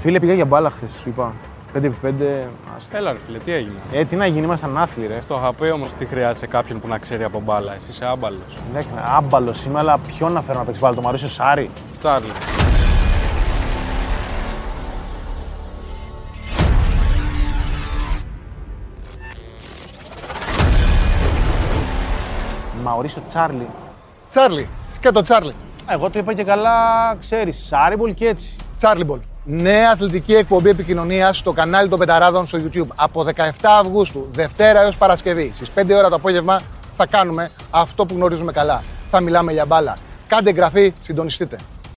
Φίλε, πήγα για μπάλα χθες, σου είπα. 5x5. Α, Στέλλα, ρε φίλε, τι έγινε. Ε, τι να γίνει, ήμασταν άθλοι, ρε. Στο χαπέ όμως τι χρειάζεσαι κάποιον που να ξέρει από μπάλα. Εσύ είσαι άμπαλος. Εντάξει, άμπαλος είμαι, αλλά ποιον να φέρω να παίξει μπάλα, το Μαρούσιο Σάρι. Τσάρλι. Μαωρίσιο Τσάρλι. Ε, Τσάρλι, σκέτο Τσάρλι. Εγώ το είπα και καλά, ξέρεις, Σάριμπολ και έτσι. Τσάρλι Μπολ. Νέα αθλητική εκπομπή επικοινωνίας στο κανάλι των Πεταράδων στο YouTube. Από 17 Αυγούστου, Δευτέρα έως Παρασκευή, στις 5 ώρα το απόγευμα, θα κάνουμε αυτό που γνωρίζουμε καλά. Θα μιλάμε για μπάλα. Κάντε εγγραφή, συντονιστείτε.